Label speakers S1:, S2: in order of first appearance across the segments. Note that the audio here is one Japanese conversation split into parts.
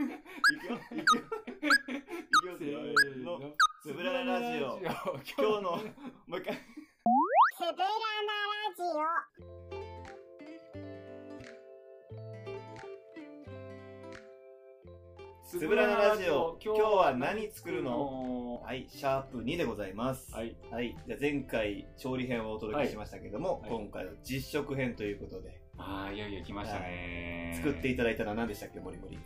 S1: くよ。いくよ。いくよ。せーの。つぶらなラジオ。今日の、もう一回。
S2: セベラなラジ
S1: つぶらなラジオ。今日は何作るのはい、シャープ2でございます。。
S3: はいい。
S1: じゃあ前回、調理編をお届けしましたけども、
S3: はい
S1: 今回は実食編ということで、
S3: ああ、いよいよ来ましたね、
S1: 作っていただいたのは何でしたっけ、もりもり。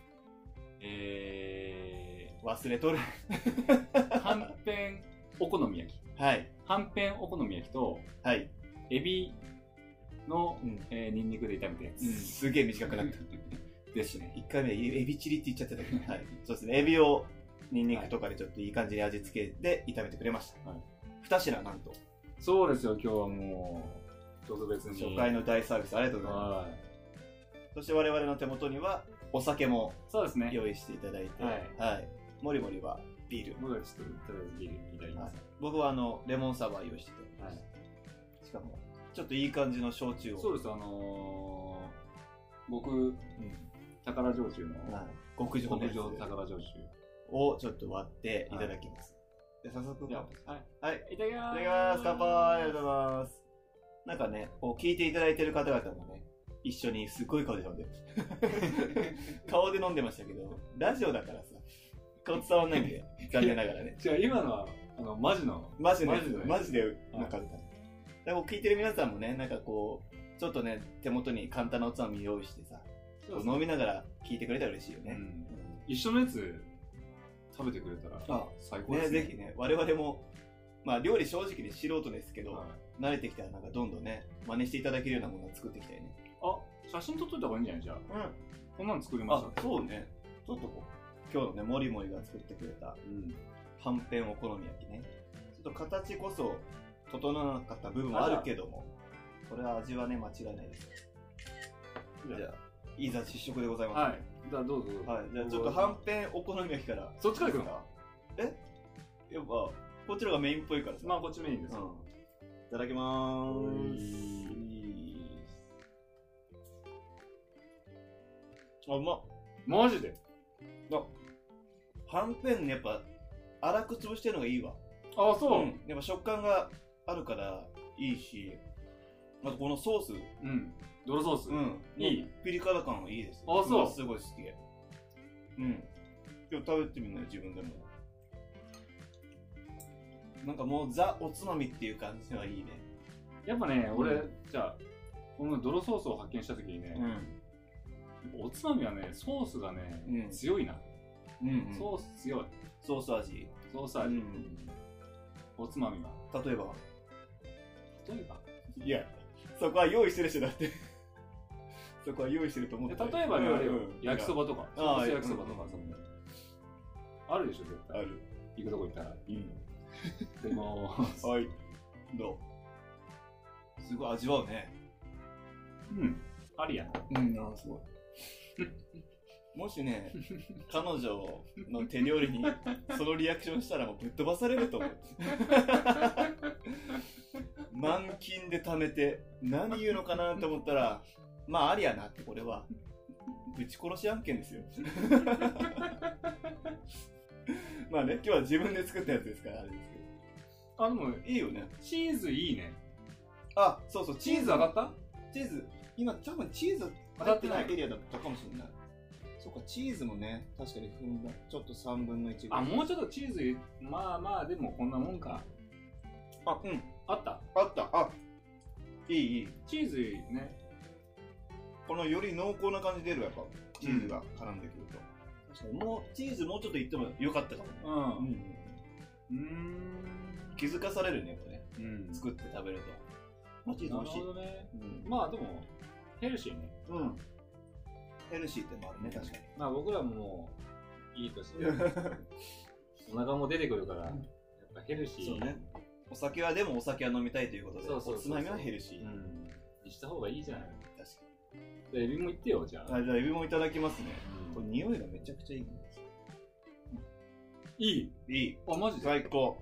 S3: え
S1: 忘れとる。
S3: ー、はんぺんお好み焼き。
S1: はい。
S3: はんぺんお好み焼きと、
S1: はい。
S3: エビの
S1: う、ん。
S3: えー、ニンニクで炒めたやつ。
S1: うんすげえ短くなった。
S3: ですね。
S1: 一回目、エビチリって言っちゃってたけど、はい。そうですね、エビをニンニクとかでちょっといい感じに味付けて炒めてくれました。
S3: はい
S1: 二品なんと、
S3: そうですよ、今日はもう、特別に。
S1: 初回の大サービスありがとうございま
S3: は
S1: す。そして我々の手元にはお酒も
S3: い。そうですね。
S1: 用意していただいて、
S3: は
S1: はいい。もりもりはビール。
S3: 僕はちょっと、とりあえずビールいただきます。
S1: 僕はあの、レモンサワー用意してて、
S3: はい。
S1: しかも、ちょっといい感じの焼酎を。
S3: そうです、あのー、僕、
S1: うん。
S3: 宝焼酎の、
S1: はい極上の
S3: 極
S1: や
S3: 上
S1: つ
S3: 宝焼酎。
S1: をちょっと割っていただきます。で、早速
S3: じゃ
S1: 乾杯
S3: あ、はい。
S1: はい。
S3: いただ
S1: い
S3: きます。
S1: ただきます。乾杯ありがとうございます。なんかね、こう聞いていただいてる方々もね、一緒にすっごい顔で飲ん でる。顔で飲んでましたけど、ラジオだからさ、顔伝わんないんで、残念ながらね。
S3: じゃあ、今のは、あの、マジの、
S1: マジで、
S3: マジでね
S1: マジでなかった。でも聞いてる皆さんもね、なんかこう、ちょっとね、手元に簡単なおつまみ用意してさ、こう飲みながら聞いてくれたら嬉しいよ
S3: う
S1: ね。
S3: ん一緒のやつ、食べてくれたら、
S1: あ
S3: 最高で
S1: ね、
S3: すね。
S1: ぜひね、我々も、まあ料理正直に素人ですけど、
S3: はい
S1: 慣れてきたらなんかどんどんね、真似していただけるようなものを作っていきたいね。
S3: あ、写真撮っといた方がいいんじゃないじゃあ。
S1: うん。
S3: こんなの作りまし
S1: あ
S3: た。、
S1: そうね。ちょっとこう。今日のね、もりもりが作ってくれた、
S3: うん。
S1: はんぺんお好み焼きね。ちょっと形こそ、整わなかった部分はあるけども、これは味はね、間違いないです。
S3: じゃあ
S1: じゃあ、いざ試食でございま
S3: はい。じゃあ、どうぞどう
S1: す。
S3: ぞ。
S1: はい。じゃあ、ちょっとはんぺんお好み焼きから。
S3: そっちから行くの
S1: かえやっぱ、こっちの方がメインっぽいからさ。
S3: まあ、こっちメインですよ。
S1: うん。いただきまーす
S3: う。
S1: あ、うまっ。
S3: マジで
S1: はんぺんねやっぱ粗く潰してるのがいいわ
S3: あ、そう。
S1: んやっぱ食感があるからいいしあとこのソース
S3: うん。泥ソース。
S1: うん
S3: いい
S1: ピリ辛感はいいです
S3: あそう
S1: すごい好きうん今日食べてみるのよ自分でもなんかもうザおつまみっていう感じはいいね
S3: やっぱね、俺、
S1: う
S3: じゃあ、この泥ソースを発見した時にね、
S1: ん
S3: おつまみはね、ソースがね、
S1: うん
S3: 強いな。
S1: うん、うん、
S3: ソース強い。
S1: ソース味
S3: ソース味。
S1: うん
S3: おつまみは。
S1: 例えば
S3: 例えば
S1: いやそこは用意してる人だって そこは用意してると思
S3: で
S1: っ
S3: 例えばね、あれよ焼きそ
S1: ば
S3: ばとか、
S1: あ
S3: ソー
S1: あ
S3: ス焼きそばと
S1: う
S3: か、
S1: ん
S3: そのあるでしょ、絶
S1: あ
S3: 対。
S1: る
S3: 行くとこ行ったら。
S1: うん
S3: でも、
S1: はい。どうすごい味わうね。
S3: うん、ありやな。
S1: うん、あすごい。もしね、彼女の手料 理にそのリアクションしたらもうぶっ飛ばされると思 う。満金で貯めて何言うのかなと思ったら、まあありやなってこれは、ぶち殺し案件 ですよ。まあね、今日は自分で作ったやつですから、あれですけど。
S3: あ、でも、
S1: いいよね。
S3: チーズいいね。
S1: あ、そうそう、
S3: チーズ上がった
S1: チーズ、今多分チーズ入ってないエリアだったかもしれない。そっか、チーズもね、確かに踏んだ、ちょっと3分の1ぐら
S3: あ、
S1: い。
S3: もうちょっとチーズ入れ、まあまあ、でもこんなもんか。
S1: あ、うん、
S3: あった。
S1: あった、あ、いいいい。
S3: チーズね。
S1: このより濃厚な感じ出るわやっぱ、チーズが絡んでくると。確かに、もう、チーズもうちょっといってもよかったかもね。
S3: う。
S1: うんん。
S3: うーん。
S1: 気づかされるね、これね。
S3: うん。
S1: 作って食べると。まあ、チーズ
S3: な
S1: 美
S3: る
S1: 味し
S3: ほ
S1: い。
S3: どね。
S1: うん。
S3: まあでも、ヘルシーね。
S1: うん。ヘルシーってのもあるね、確かに。
S3: まあ僕らももう、いい年で、 お腹も出てくるから、やっぱヘルシー。
S1: そうね。お酒はでもお酒は飲みたいということで、
S3: そうそうそうそう
S1: おつまみはヘルシー。
S3: うん。にした方がいいじゃない。
S1: 確かに。
S3: じゃあエビもいってよ、じゃあ。
S1: あじゃあエビもいただきますね。
S3: う
S1: これ
S3: ん
S1: 匂いがめちゃくちゃいいんですよ
S3: いい。
S1: いい。
S3: あ、マジで
S1: 最高。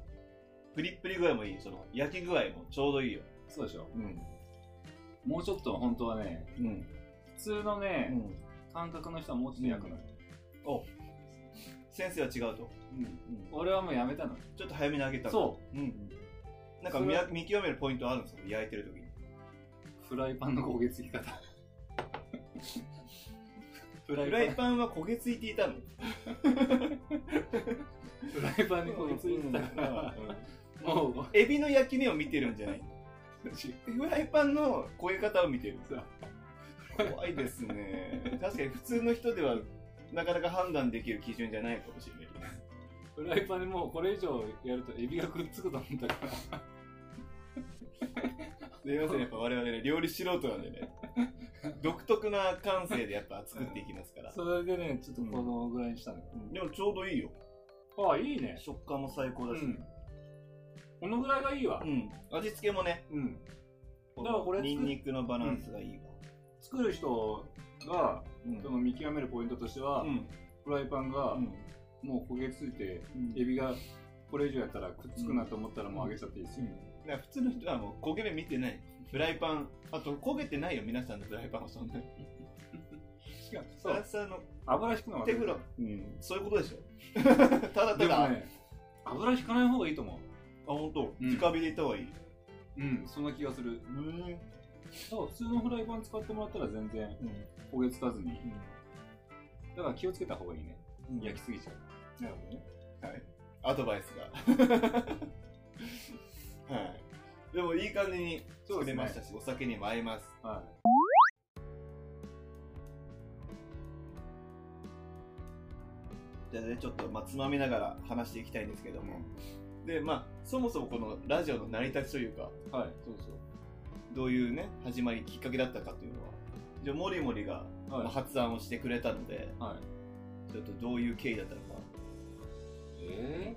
S1: プリップリ具合もいい。その焼き具合もちょうどいいよ。
S3: そうでしょ。
S1: うん。
S3: もうちょっと本当はね、
S1: うん。
S3: 普通の
S1: う
S3: ね、
S1: ん。
S3: 感覚の人はもうちょっと焼くのよ。
S1: お先生は違うと。
S3: うん。
S1: うん
S3: 俺はもうやめたの。
S1: ちょっと早めにあげた。
S3: そう
S1: うん。なんか見
S3: それは
S1: 見極めるポイントあるんですよ、焼いてる時に。
S3: フライパンの焦げ付き方。フラ
S1: フラ
S3: イ
S1: イパンは焦げついていたの
S3: パン、フライパンに焦げ付いてたから、もう、
S1: エビの焼き目を見てるんじゃない
S3: 私
S1: フライパンの焦げ方を見てる
S3: そう
S1: 怖いですね確かに普通の人ではなかなか判断できる基準じゃないかもしれない
S3: フライパンにもうこれ以上やるとエビがくっつくと思ったから、
S1: すいませんやっぱ我々ね料理素人なんで ね独特な感性でやっぱ作っていきますから
S3: それでね、ちょっとこのぐらいにしたのよ。
S1: でもちょうどいいよ
S3: ああ、いいね。
S1: 食感も最高
S3: う
S1: だし
S3: ん。このぐらいがいいわ
S1: う。ん味付けもね
S3: うん。だからこれ作っ
S1: ニンニクのバランスがいいわ
S3: 作る人が、
S1: うん
S3: その見極めるポイントとしては、
S1: うん
S3: フライパンが
S1: うん
S3: もう焦げ付いて、
S1: うん
S3: エビがこれ以上やったらくっつくなと思ったらもう揚げちゃっていいですよ。
S1: だから普通の人はもう焦げ目見てないフライパンあと焦げてないよ皆さんのフライパンはそんなに
S3: しかも、
S1: そ
S3: そうう、油引くのは
S1: 手風呂、うん、そういうことでし ょただた
S3: でも
S1: だ、
S3: ね、油引かない方がいいと思
S1: あ本当、
S3: うん。
S1: 直火でいった方がいいう
S3: うん、そんな気がする。
S1: うん、うん
S3: だから普通のフライパン使ってもらったら全然焦げつかずに。だから気をつけた方がいいね。
S1: うん、
S3: 焼きすぎちゃう。
S1: なるほどねはいアドバイスが はいでもいい感じに
S3: そ
S1: 作
S3: う
S1: れ
S3: ですね
S1: ましたし、お酒にも合います
S3: はい。
S1: じゃあねちょっとまあつまみながら話していきたいんですけども、でまあそもそもこのラジオの成り立ちというか
S3: はい。
S1: そうそうどういうね始まりきっかけだったかというのはじゃあモリモリが、まあ
S3: は
S1: 発案をしてくれたので
S3: い。はい。
S1: ちょっとどういう経緯だったのか
S3: え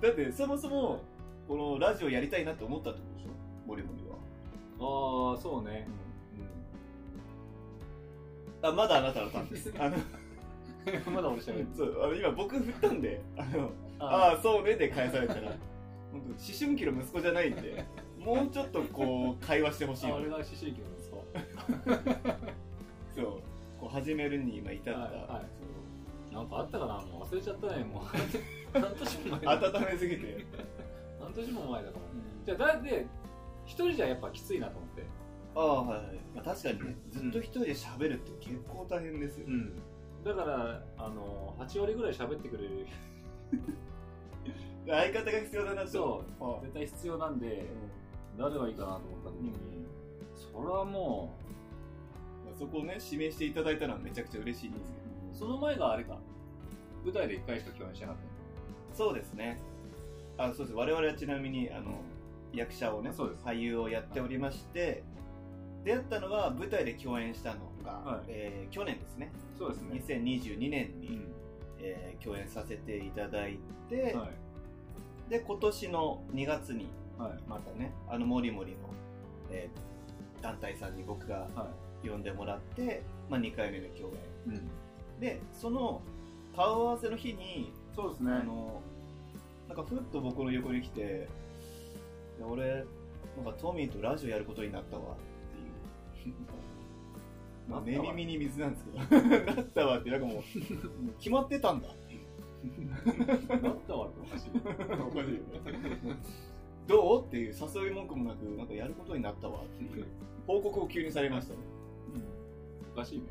S1: だってそもそもこのラジオやりたいなって思ったってことでしょモリモリは、
S3: ー、ああ、そうね。
S1: あまだあなたのターンです あの
S3: うん。 まだ俺喋る。
S1: そうあの今僕振ったんであの
S3: あ
S1: ああそうねで返されたら本当思春期の息子じゃないんでもうちょっとこう会話してほしい
S3: ーあ、
S1: の
S3: 俺が思春期の息子。
S1: そうこう始めるに今至った、
S3: はいはいなんかあったかなもう忘れちゃったね、もう。 半年も前だ。
S1: 温めすぎて
S3: 半年も前だから。じゃあ、だって、一人じゃやっぱきついなと思って。
S1: ああはい、はいまあ、確かにねずっと一人で喋るって結構大変ですよ、
S3: うん、だからあの8割ぐらい喋ってくれる
S1: 相方が必要だなと
S3: 人
S1: ああ
S3: 絶対必要なんで誰がいいかなと思った時に、それはも
S1: まあそこをね指名していただいたのはめちゃくちゃ嬉しいんですけど
S3: うその前があれか舞台で1回しか共演してなかった
S1: そうですねあそうです我々はちなみにあの役者をね
S3: そうです
S1: 俳優をやっておりまして出会ったのは舞台で共演したのが、
S3: はい
S1: えー去年ですね
S3: そうですね、
S1: 2022年に、
S3: う
S1: えー共演させていただいて、
S3: ん、はい
S1: で今年の2月に
S3: はい
S1: またねあのモリモリの、えー団体さんに僕が
S3: は
S1: 呼んでもらって、まあ、2回目の共演
S3: い、うん、
S1: でその顔合わせの日に、
S3: そうですね
S1: あのなんかふっと僕の横に来て「いや俺なんかトミーとラジオやることになったわ」って いうまあ
S3: なった
S1: 目
S3: わ
S1: 耳に水なんですけ ど「なったわ」ってなんかもう決まってたんだっていう
S3: だったわって おかしい
S1: おかしいよね どうっていう誘い文句もなくなんかやることになったわっていう報告を急にされましたね、
S3: おかしいね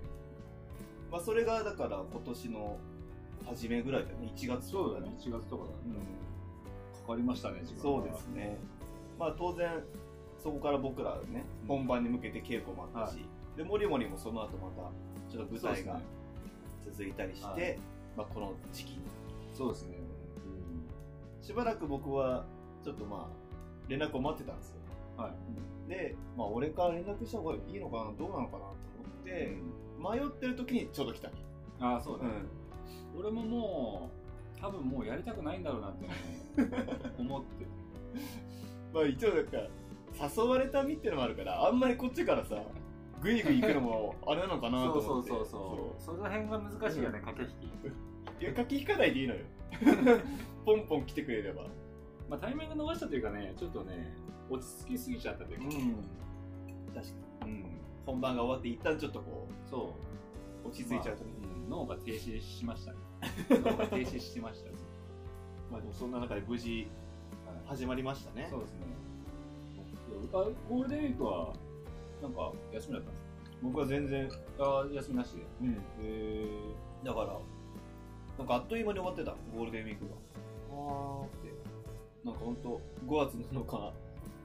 S1: まあ、それがだから今年の初めぐらいだね1月
S3: そうだね、1月とかだね
S1: う
S3: かかりましたね時
S1: ん、
S3: 間
S1: そうですねまあ当然そこから僕らね本番に向けて稽古もあったし、でモリモリもその後またちょっと舞
S3: そう
S1: 台
S3: ですね
S1: が続いたりして、
S3: はい
S1: まあ、この時期に
S3: そうですね、
S1: しばらく僕はちょっとまあ連絡を待ってたんですよ
S3: うん、はい、
S1: で、まあ、俺から連絡した方がいいのかなどうなのかなと思って、迷ってる時にちょうど来たね、
S3: うんああそうだね、俺ももう多分もうやりたくないんだろうなって ね思って
S1: まあ一応なんか誘われた身ってのもあるからあんまりこっちからさグイグイ行くのもあれなのかなと
S3: そ
S1: 思っ
S3: うそう
S1: て
S3: そうそうその辺が難しいよね駆け引き
S1: そういや書き引かないでいい のよポンポン来てくれれば
S3: まあタイミング逃したというかねちょっとね落ち着きすぎちゃったというか
S1: 確かに
S3: うん
S1: 本番が終わって一旦ちょっとこ
S3: そう
S1: 落ち着いちゃうとね、
S3: うん脳が停止しま したね脳が停止してましたね
S1: まあでもそんな中で無事
S3: はい
S1: 始まりましたね
S3: そうですねいやあゴールデンウィークはなんか休みだったんです
S1: 僕は全然
S3: かあ休みなしで
S1: うんだからなんかあっという間に終わってたゴールデンウィークがあーってなんかほんと5月7日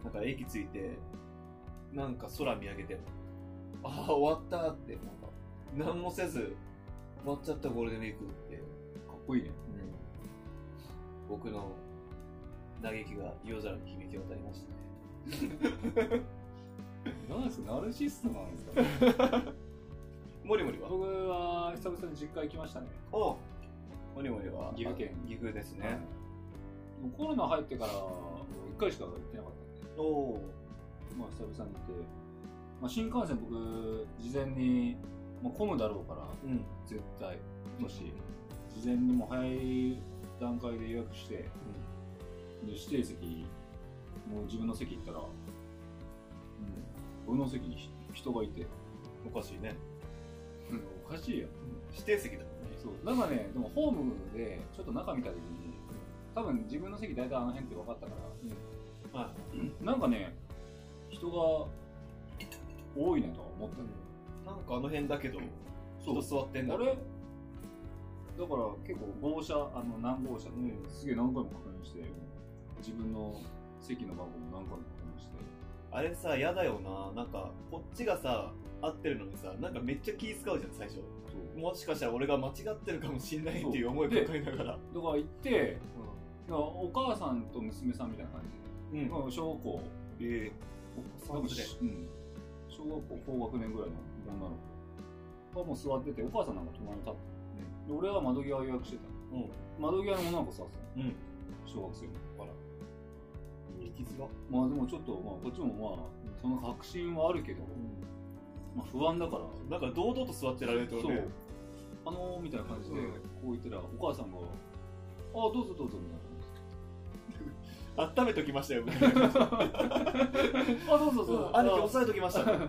S1: なんか駅着いてなんか空見上げてああ終わったってなんか何もせず終わっちゃったゴールデンウィークって、
S3: かっこいいね
S1: 僕の嘆きが夜空に響き渡りましたね
S3: なんですかナルシストなんですか、ね、
S1: モリモリは
S3: 僕は久々に実家行きましたね
S1: おうモリモリは
S3: 岐阜県
S1: あ岐阜ですね、
S3: はいもうコロナ入ってから1回しか行ってなかったんで
S1: おお
S3: まあ久々に行って、まあ、新幹線僕事前に、まあ、混むだろうから
S1: うん
S3: 絶対今年事前にもう早い段階で予約して、で指定席もう自分の席行ったら、うん、僕の席にひ人がいて
S1: おかしいね
S3: おかしいよ
S1: 指定席だもんね
S3: そうなんかねでもホームでちょっと中見た時に多分自分の席大体あの辺って分かったから、
S1: は
S3: なんかね人が多いなとは思ったの
S1: いなんかあの辺だけど人座ってんだ
S3: あれだから結構号車あの何号車で、
S1: うん
S3: すげえ何回も確認して自分の席の番号も何回も確認して
S1: あれさ嫌だよななんかこっちがさ合ってるのにさなんかめっちゃ気使うじゃん最初
S3: そう
S1: もしかしたら俺が間違ってるかもしんないっていう思い抱えながら
S3: だから行ってだからお母さんと娘さんみたいな感じ
S1: うん、
S3: で、まあ小学校
S1: ええ
S3: 多分
S1: で
S3: しうん、小学校高学年ぐらいの女の子がもう座っててお母さんなんか隣に立ってて、で俺は窓際予約してた
S1: うん
S3: 窓際の女の子座ってたの
S1: うん
S3: 小学生の子から
S1: 引き継が
S3: まあでもちょっと、まあ、こっちもまあその確信はあるけど、まあ、不安だから
S1: なんか堂々と座ってられるってこと
S3: そう
S1: ね
S3: あのー、みたいな感じで
S1: うん
S3: こう言ってたらお母さんが「ああどうぞどうぞ」みたいな感じで
S1: 温めときましたよみたいな
S3: 「あどうぞどうぞ」
S1: 兄貴
S3: あ
S1: 押さえときましたね、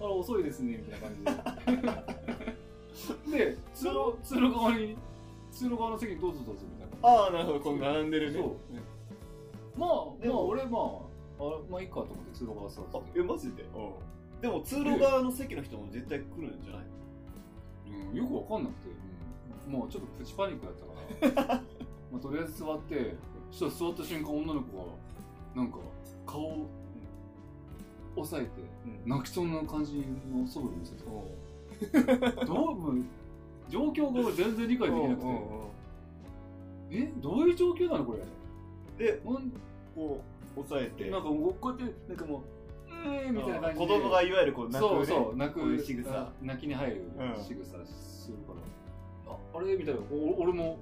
S3: あら遅いですねみたいな感 じでで通路通路側に通路側の席にどうぞどうぞみたいな
S1: ああなるほどこの並んでるね
S3: そ
S1: ね
S3: まあ
S1: で
S3: まあ
S1: も
S3: 俺まああまあいいかと思って通路側座
S1: あ
S3: ってて
S1: えマジででも通路側の席の人も絶対来るんじゃない
S3: うんよくわかんなくて、もうちょっとプチパニックだったから まあとりあえず座ってそしたら座った瞬間女の子がなんか顔を押さえて
S1: うん
S3: 泣きそうな感じの素振り見せて どうもう状況が全然理解できなくて
S1: うんうんうん
S3: えどういう状況なのこれ
S1: で
S3: なん
S1: こう押さえて
S3: なんかもうこうやってなんかもう「うーん」みたいな感じで
S1: 子供がいわゆるこう泣く、ね、
S3: そうそう泣
S1: こうい
S3: く
S1: う仕草
S3: 泣きに入る
S1: うん
S3: 仕草するから、ああれみたいなお俺も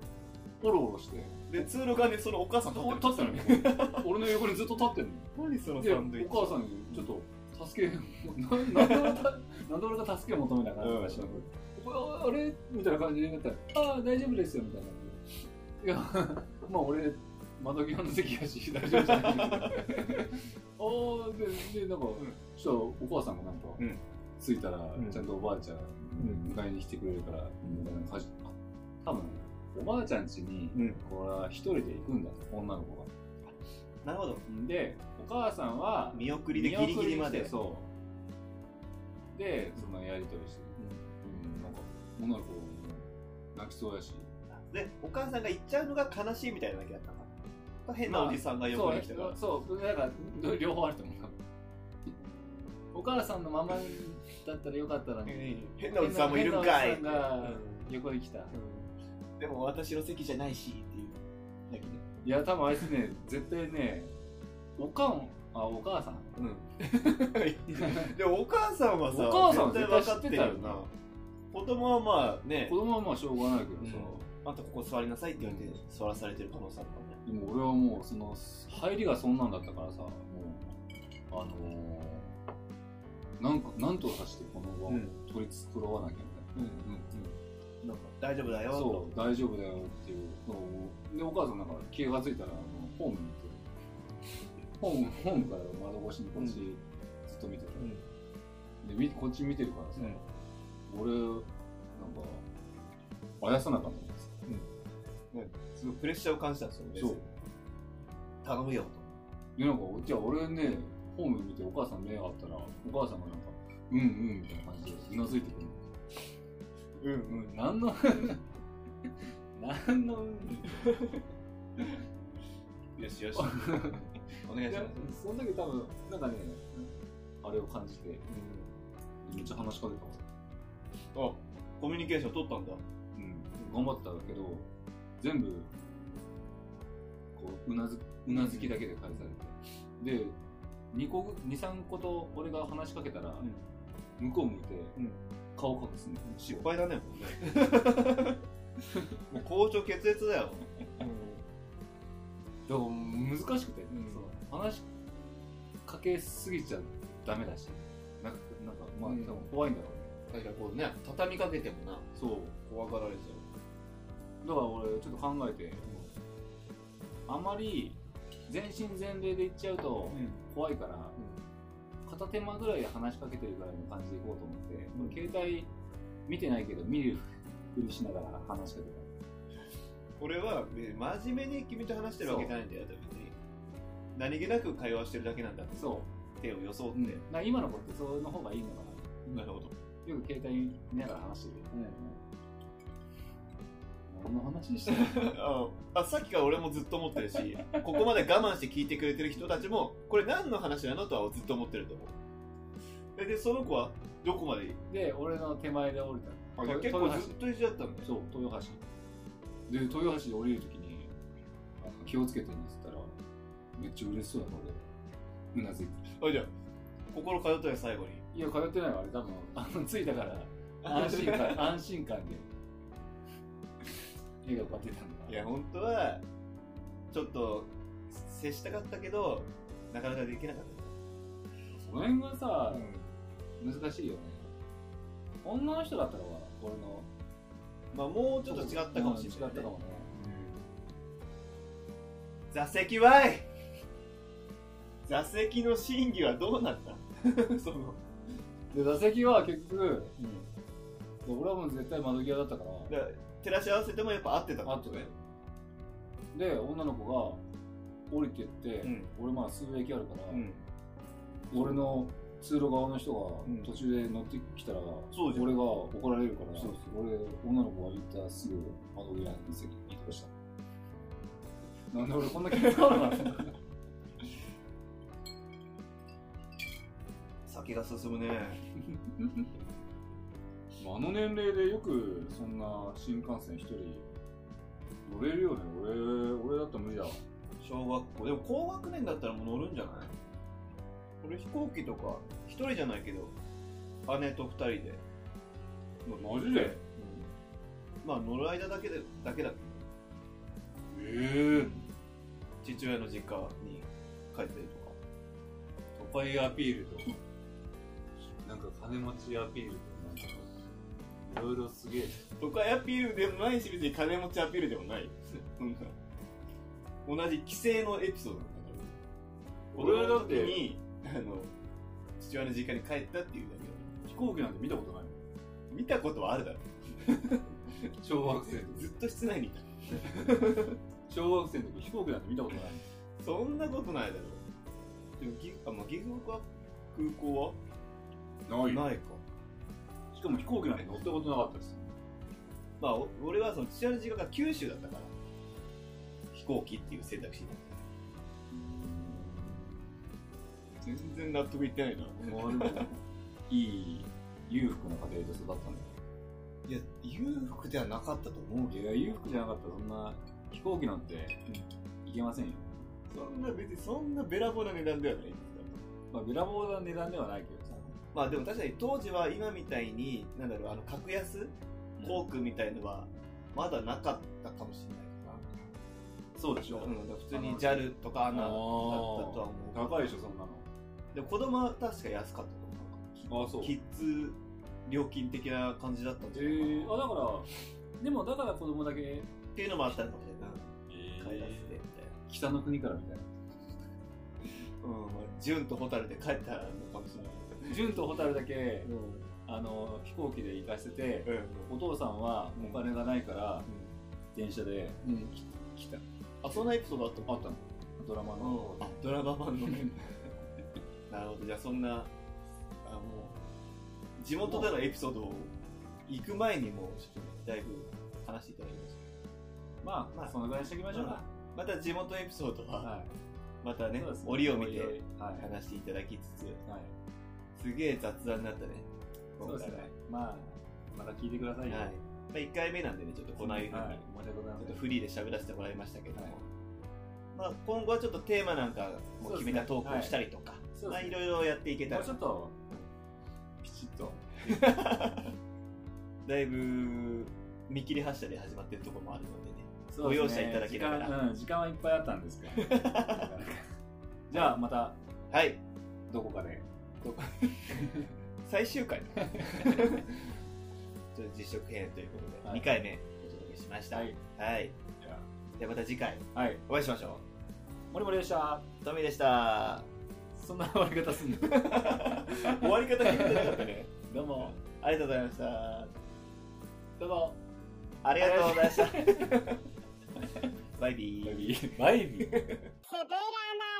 S3: オロオロして
S1: で通路側にそのお母さん立ってる
S3: 立ってるのよ 俺の横にずっと立ってる
S1: 何そのサ
S3: の
S1: ンドイ
S3: で
S1: ッチ
S3: お母さんにちょっと助けな なんで俺がなんで俺が助けを求めたからとかしなくて、おあれみたいな感じになったら「ああ大丈夫ですよ」みたいな感じでいや まあ俺窓際の席やし大丈夫じゃない ああででなんか、
S1: ん
S3: そしたらお母さんがなんか、
S1: うん
S3: 着いたら
S1: ん
S3: ちゃんとおばあちゃん
S1: ん
S3: 迎えに来てくれるから、みたいな感じあ多分おばあちゃん家に、
S1: うん
S3: これは一人で行くんだと女の子が
S1: なるほど
S3: でお母さんは
S1: 見送りでギリギリま
S3: 見送り
S1: で
S3: してそうでそのやり取りしてうんなんか女の子も泣きそうやし
S1: でお母さんが行っちゃうのが悲しいみたいなだけだったのかな変なおじさんが
S3: そ
S1: 横
S3: う
S1: に来たから、
S3: そうだからど両方あると思うお母さんのままだったらよかったのに
S1: うん変なおじさんもいるんかい
S3: 変なおじさん
S1: う
S3: が
S1: ん
S3: 横に来た
S1: でも私の席じゃないしっていうだけね
S3: いや多分あいつね絶対ねおかんあお 母さん
S1: でもお母さんはさ
S3: お母さんは絶対
S1: 分かってる
S3: 知
S1: よ
S3: ってた
S1: な
S3: よ
S1: 子供はまあね
S3: 子供はまあしょうがないけどさ、
S1: あとここ座りなさいって言われて座らされてる可能性あるからね
S3: でも俺はもうその入りがそんなんだったからさもうあのー、なんかなんとかしてこの輪を取り繕わなきゃみ
S1: うん
S3: たい
S1: な
S3: な、
S1: んか大丈夫だよ
S3: そう大丈夫だよっていうのをでお母さんなんか気がついたらあのホームに行ってホー ムホームから窓越しにこっちずっと見てて、
S1: うん
S3: でみこっち見てるからさ、
S1: うん
S3: 俺なんか、あやさなかったんです
S1: すごいプレッシャーを感じたんですよね。
S3: そう
S1: 頼むよ
S3: いや、なんか、じゃあ俺ね、ホーム見てお母さん目が合ったら、お母さんがなんか、うんうんみたいな感じで、うなずいてくるの。
S1: と。うん
S3: うん、何の、何のうん
S1: うん。よし よし。お願い
S3: い
S1: し
S3: や
S1: ま、
S3: その時多分、なんかね、あれを感じて、めっちゃ話しかけたもん。
S1: す。あ、コミュニケーション取ったんだ。
S3: うん、頑張ったけど、全部、こう、うなず、うなずきだけで返されて。で、2個ぐ、二3個と俺が話しかけたら、向こう向いて
S1: うん、
S3: 顔隠すね。
S1: 失敗だね、もう ねもう校長決裂だよ。
S3: だから難しくて、
S1: ん
S3: そう話しかけすぎちゃダメだし、なんか、なんかまあ、
S1: うん
S3: 多分怖いんだろうね。
S1: 確かにこうね、畳みかけてもな、
S3: そう。
S1: 怖がられちゃ
S3: だから俺、ちょっと考えて、あまり全身全霊で行っちゃうと
S1: う。うん。
S3: 怖いから、片手間ぐらいで話しかけてるぐらいの感じでいこうと思って、
S1: うん
S3: これ携帯見てないけど、見るふりしながら話しかけた。
S1: 俺は、ね真面目に君と話してるわけじゃないんだよ、別に。何気なく会話してるだけなんだって、
S3: そ
S1: 手を装っ
S3: う。
S1: て。
S3: だから今の子ってその方がいいのか
S1: なるほど。
S3: な。よく携帯見ながら話してるよね。何の話してる
S1: ああさっきから俺もずっと思ってるし、 ここまで我慢して聞いてくれてる人たちも、これ何の話なのとはずっと思ってると思う。で、でその子はどこまで
S3: で、俺の手前で降りた。
S1: あ
S3: 豊
S1: 結構ずっと一緒だったんだ
S3: 橋。
S1: よ。
S3: そう、豊橋。で、豊橋で降りるときに、あ気をつけてねって言ったら、めっちゃ嬉しそうだな、俺。うなずいて。
S1: あ、じゃあ、心通ったよ、最後に。
S3: いや、通ってないわ、あれ多分。あの、着いたから、安心 感、安心感で。笑顔が出たんだ。
S1: いや、本当は、ちょっと、接したかったけど、なかなかできなかっ
S3: その辺が
S1: た。
S3: さ、難しいよね。女の人だったら、俺の。
S1: まあ、もうちょっと違ったかもしれない、
S3: うん違ったかもね。
S1: 座席はい座席の審議はどうなった その、
S3: で、座席は結局、俺はもう絶対窓際だったから、
S1: だから照らし合わせてもやっぱ合ってた
S3: あとで。で、女の子が降りてって、
S1: うん
S3: 俺まあ数駅あるから、
S1: うん
S3: 俺の通路側の人
S1: うん
S3: が途中で乗ってきたら、
S1: そうじゃん
S3: 俺が怒られるから、
S1: そう
S3: 俺、女の子が言ったすぐ窓際の席に行ってました。なんで俺こんな気分変 わらなかったの
S1: 酒が進むね
S3: まああの年齢でよくそんな新幹線一人乗れるよね。俺、俺だったら無理だわ。
S1: 小学校でも高学年だったらもう乗るんじゃない俺飛行機とか一人じゃないけど姉と二人で、
S3: マジで
S1: まあ乗る間だけでだけだけど
S3: ええ
S1: 父親の実家に帰ったりとか都会アピールと
S3: なんか金持ちアピールとか、いろいろすげえ。
S1: 都会アピールでもないし別に金持ちアピールでもない なんか同じ帰省のエピソードなんだから
S3: 俺はだっ
S1: 子供の
S3: て
S1: 時にあの父親の実家に帰ったっていうだけだ
S3: 飛行機なんて見たことないもん
S1: 見たことはあるだろ
S3: 小学生の時。
S1: ずっと室内にいた
S3: 小学生の時飛行機なんて見たことない。
S1: そんなことないだろでも岐阜あ、まあ、岐阜は空港
S3: な
S1: はないか
S3: しかも飛行機なんて乗ったことなかったです。
S1: まあお俺はその父親の実家が九州だったから飛行機っていう選択肢になった全然納得いってないな
S3: もうでもいい裕福な家庭で育ったん
S1: いや裕福ではなかったと思う
S3: だよ。いや、裕福じゃなかったらそんな飛行機なんて行けませんよ。
S1: そんな別にそんなべらぼうな値段ではない
S3: まあ、べらぼうな値段ではないけどさ。
S1: まあでも確かに当時は今みたいになんだろうあの格安航空みたいのはまだなかったかもしれな
S3: そうでし
S1: いかな、うん、だから普通に JAL とか ANA だったとは思う
S3: 高いでしょ、そんな
S1: でも子供は確か安かったと思う
S3: の。ああ、そ
S1: キッズ料金的な感じだったんじ
S3: え
S1: ゃないかな、
S3: ー、あだから、でもだから子供だけ、
S1: っていうのもあったのかもしれない帰らせてみたいな、
S3: 北の国からみたいな。
S1: うんまあ、ジュンとホタルで帰ったのかもしれない
S3: 純と蛍だけ
S1: けど、
S3: あの飛行機で行かせて
S1: うん
S3: お父さんはお金がないから電車で
S1: うん
S3: 来た
S1: あそんなエピソードあった
S3: あったのドラマの
S1: あドラマ版のねなるほどじゃあそんなあもう地元でのエピソードを行く前にもうちょっとだいぶ話していただきまし
S3: まあ
S1: まあ
S3: そのぐらいにしておきましょうか
S1: またまた地元エピソードは
S3: は
S1: また
S3: い
S1: ね
S3: そうですね
S1: 折を見
S3: 折
S1: て
S3: はい
S1: 話していただきつつ
S3: はい
S1: すげえ雑談になったね
S3: そ
S1: 今
S3: うで
S1: 回
S3: す
S1: は
S3: ねまあまた聞いてくださいよ
S1: はいまあ、1回目なんでねちょっとこないふうに、
S3: はい申し訳ございま
S1: ちょ
S3: せ
S1: っ
S3: ん
S1: とフリーで喋らせてもらいましたけども、
S3: はい
S1: まあ、今後はちょっとテーマなんかも決めたトークをしたりとか、
S3: そう
S1: ま
S3: で
S1: あ、
S3: す
S1: い
S3: ね
S1: ろいろやっていけた
S3: も
S1: ら
S3: うちょっとピチッと
S1: だいぶ見切り発車で始まってるところもあるのでね
S3: そうです
S1: ご
S3: ね
S1: 容赦いただけながら
S3: 時間,、うん、時間はいっぱいあったんですけど なかなかじゃあまた
S1: はい
S3: どこかで
S1: 最終 回ちょっと実食編ということで、
S3: はい
S1: 2回目お届けしました
S3: はい
S1: はい
S3: じゃ
S1: ではまた次回
S3: あはい
S1: お会いしましょ
S3: モリモリでした
S1: うトミーで した
S3: そんな終わり方す んの
S1: 終わり方決めてなかったね
S3: どうも
S1: ありがとうございました
S3: どうも
S1: ありがとうございましたバイビー
S3: バイビ
S2: 手
S3: ー
S2: べらな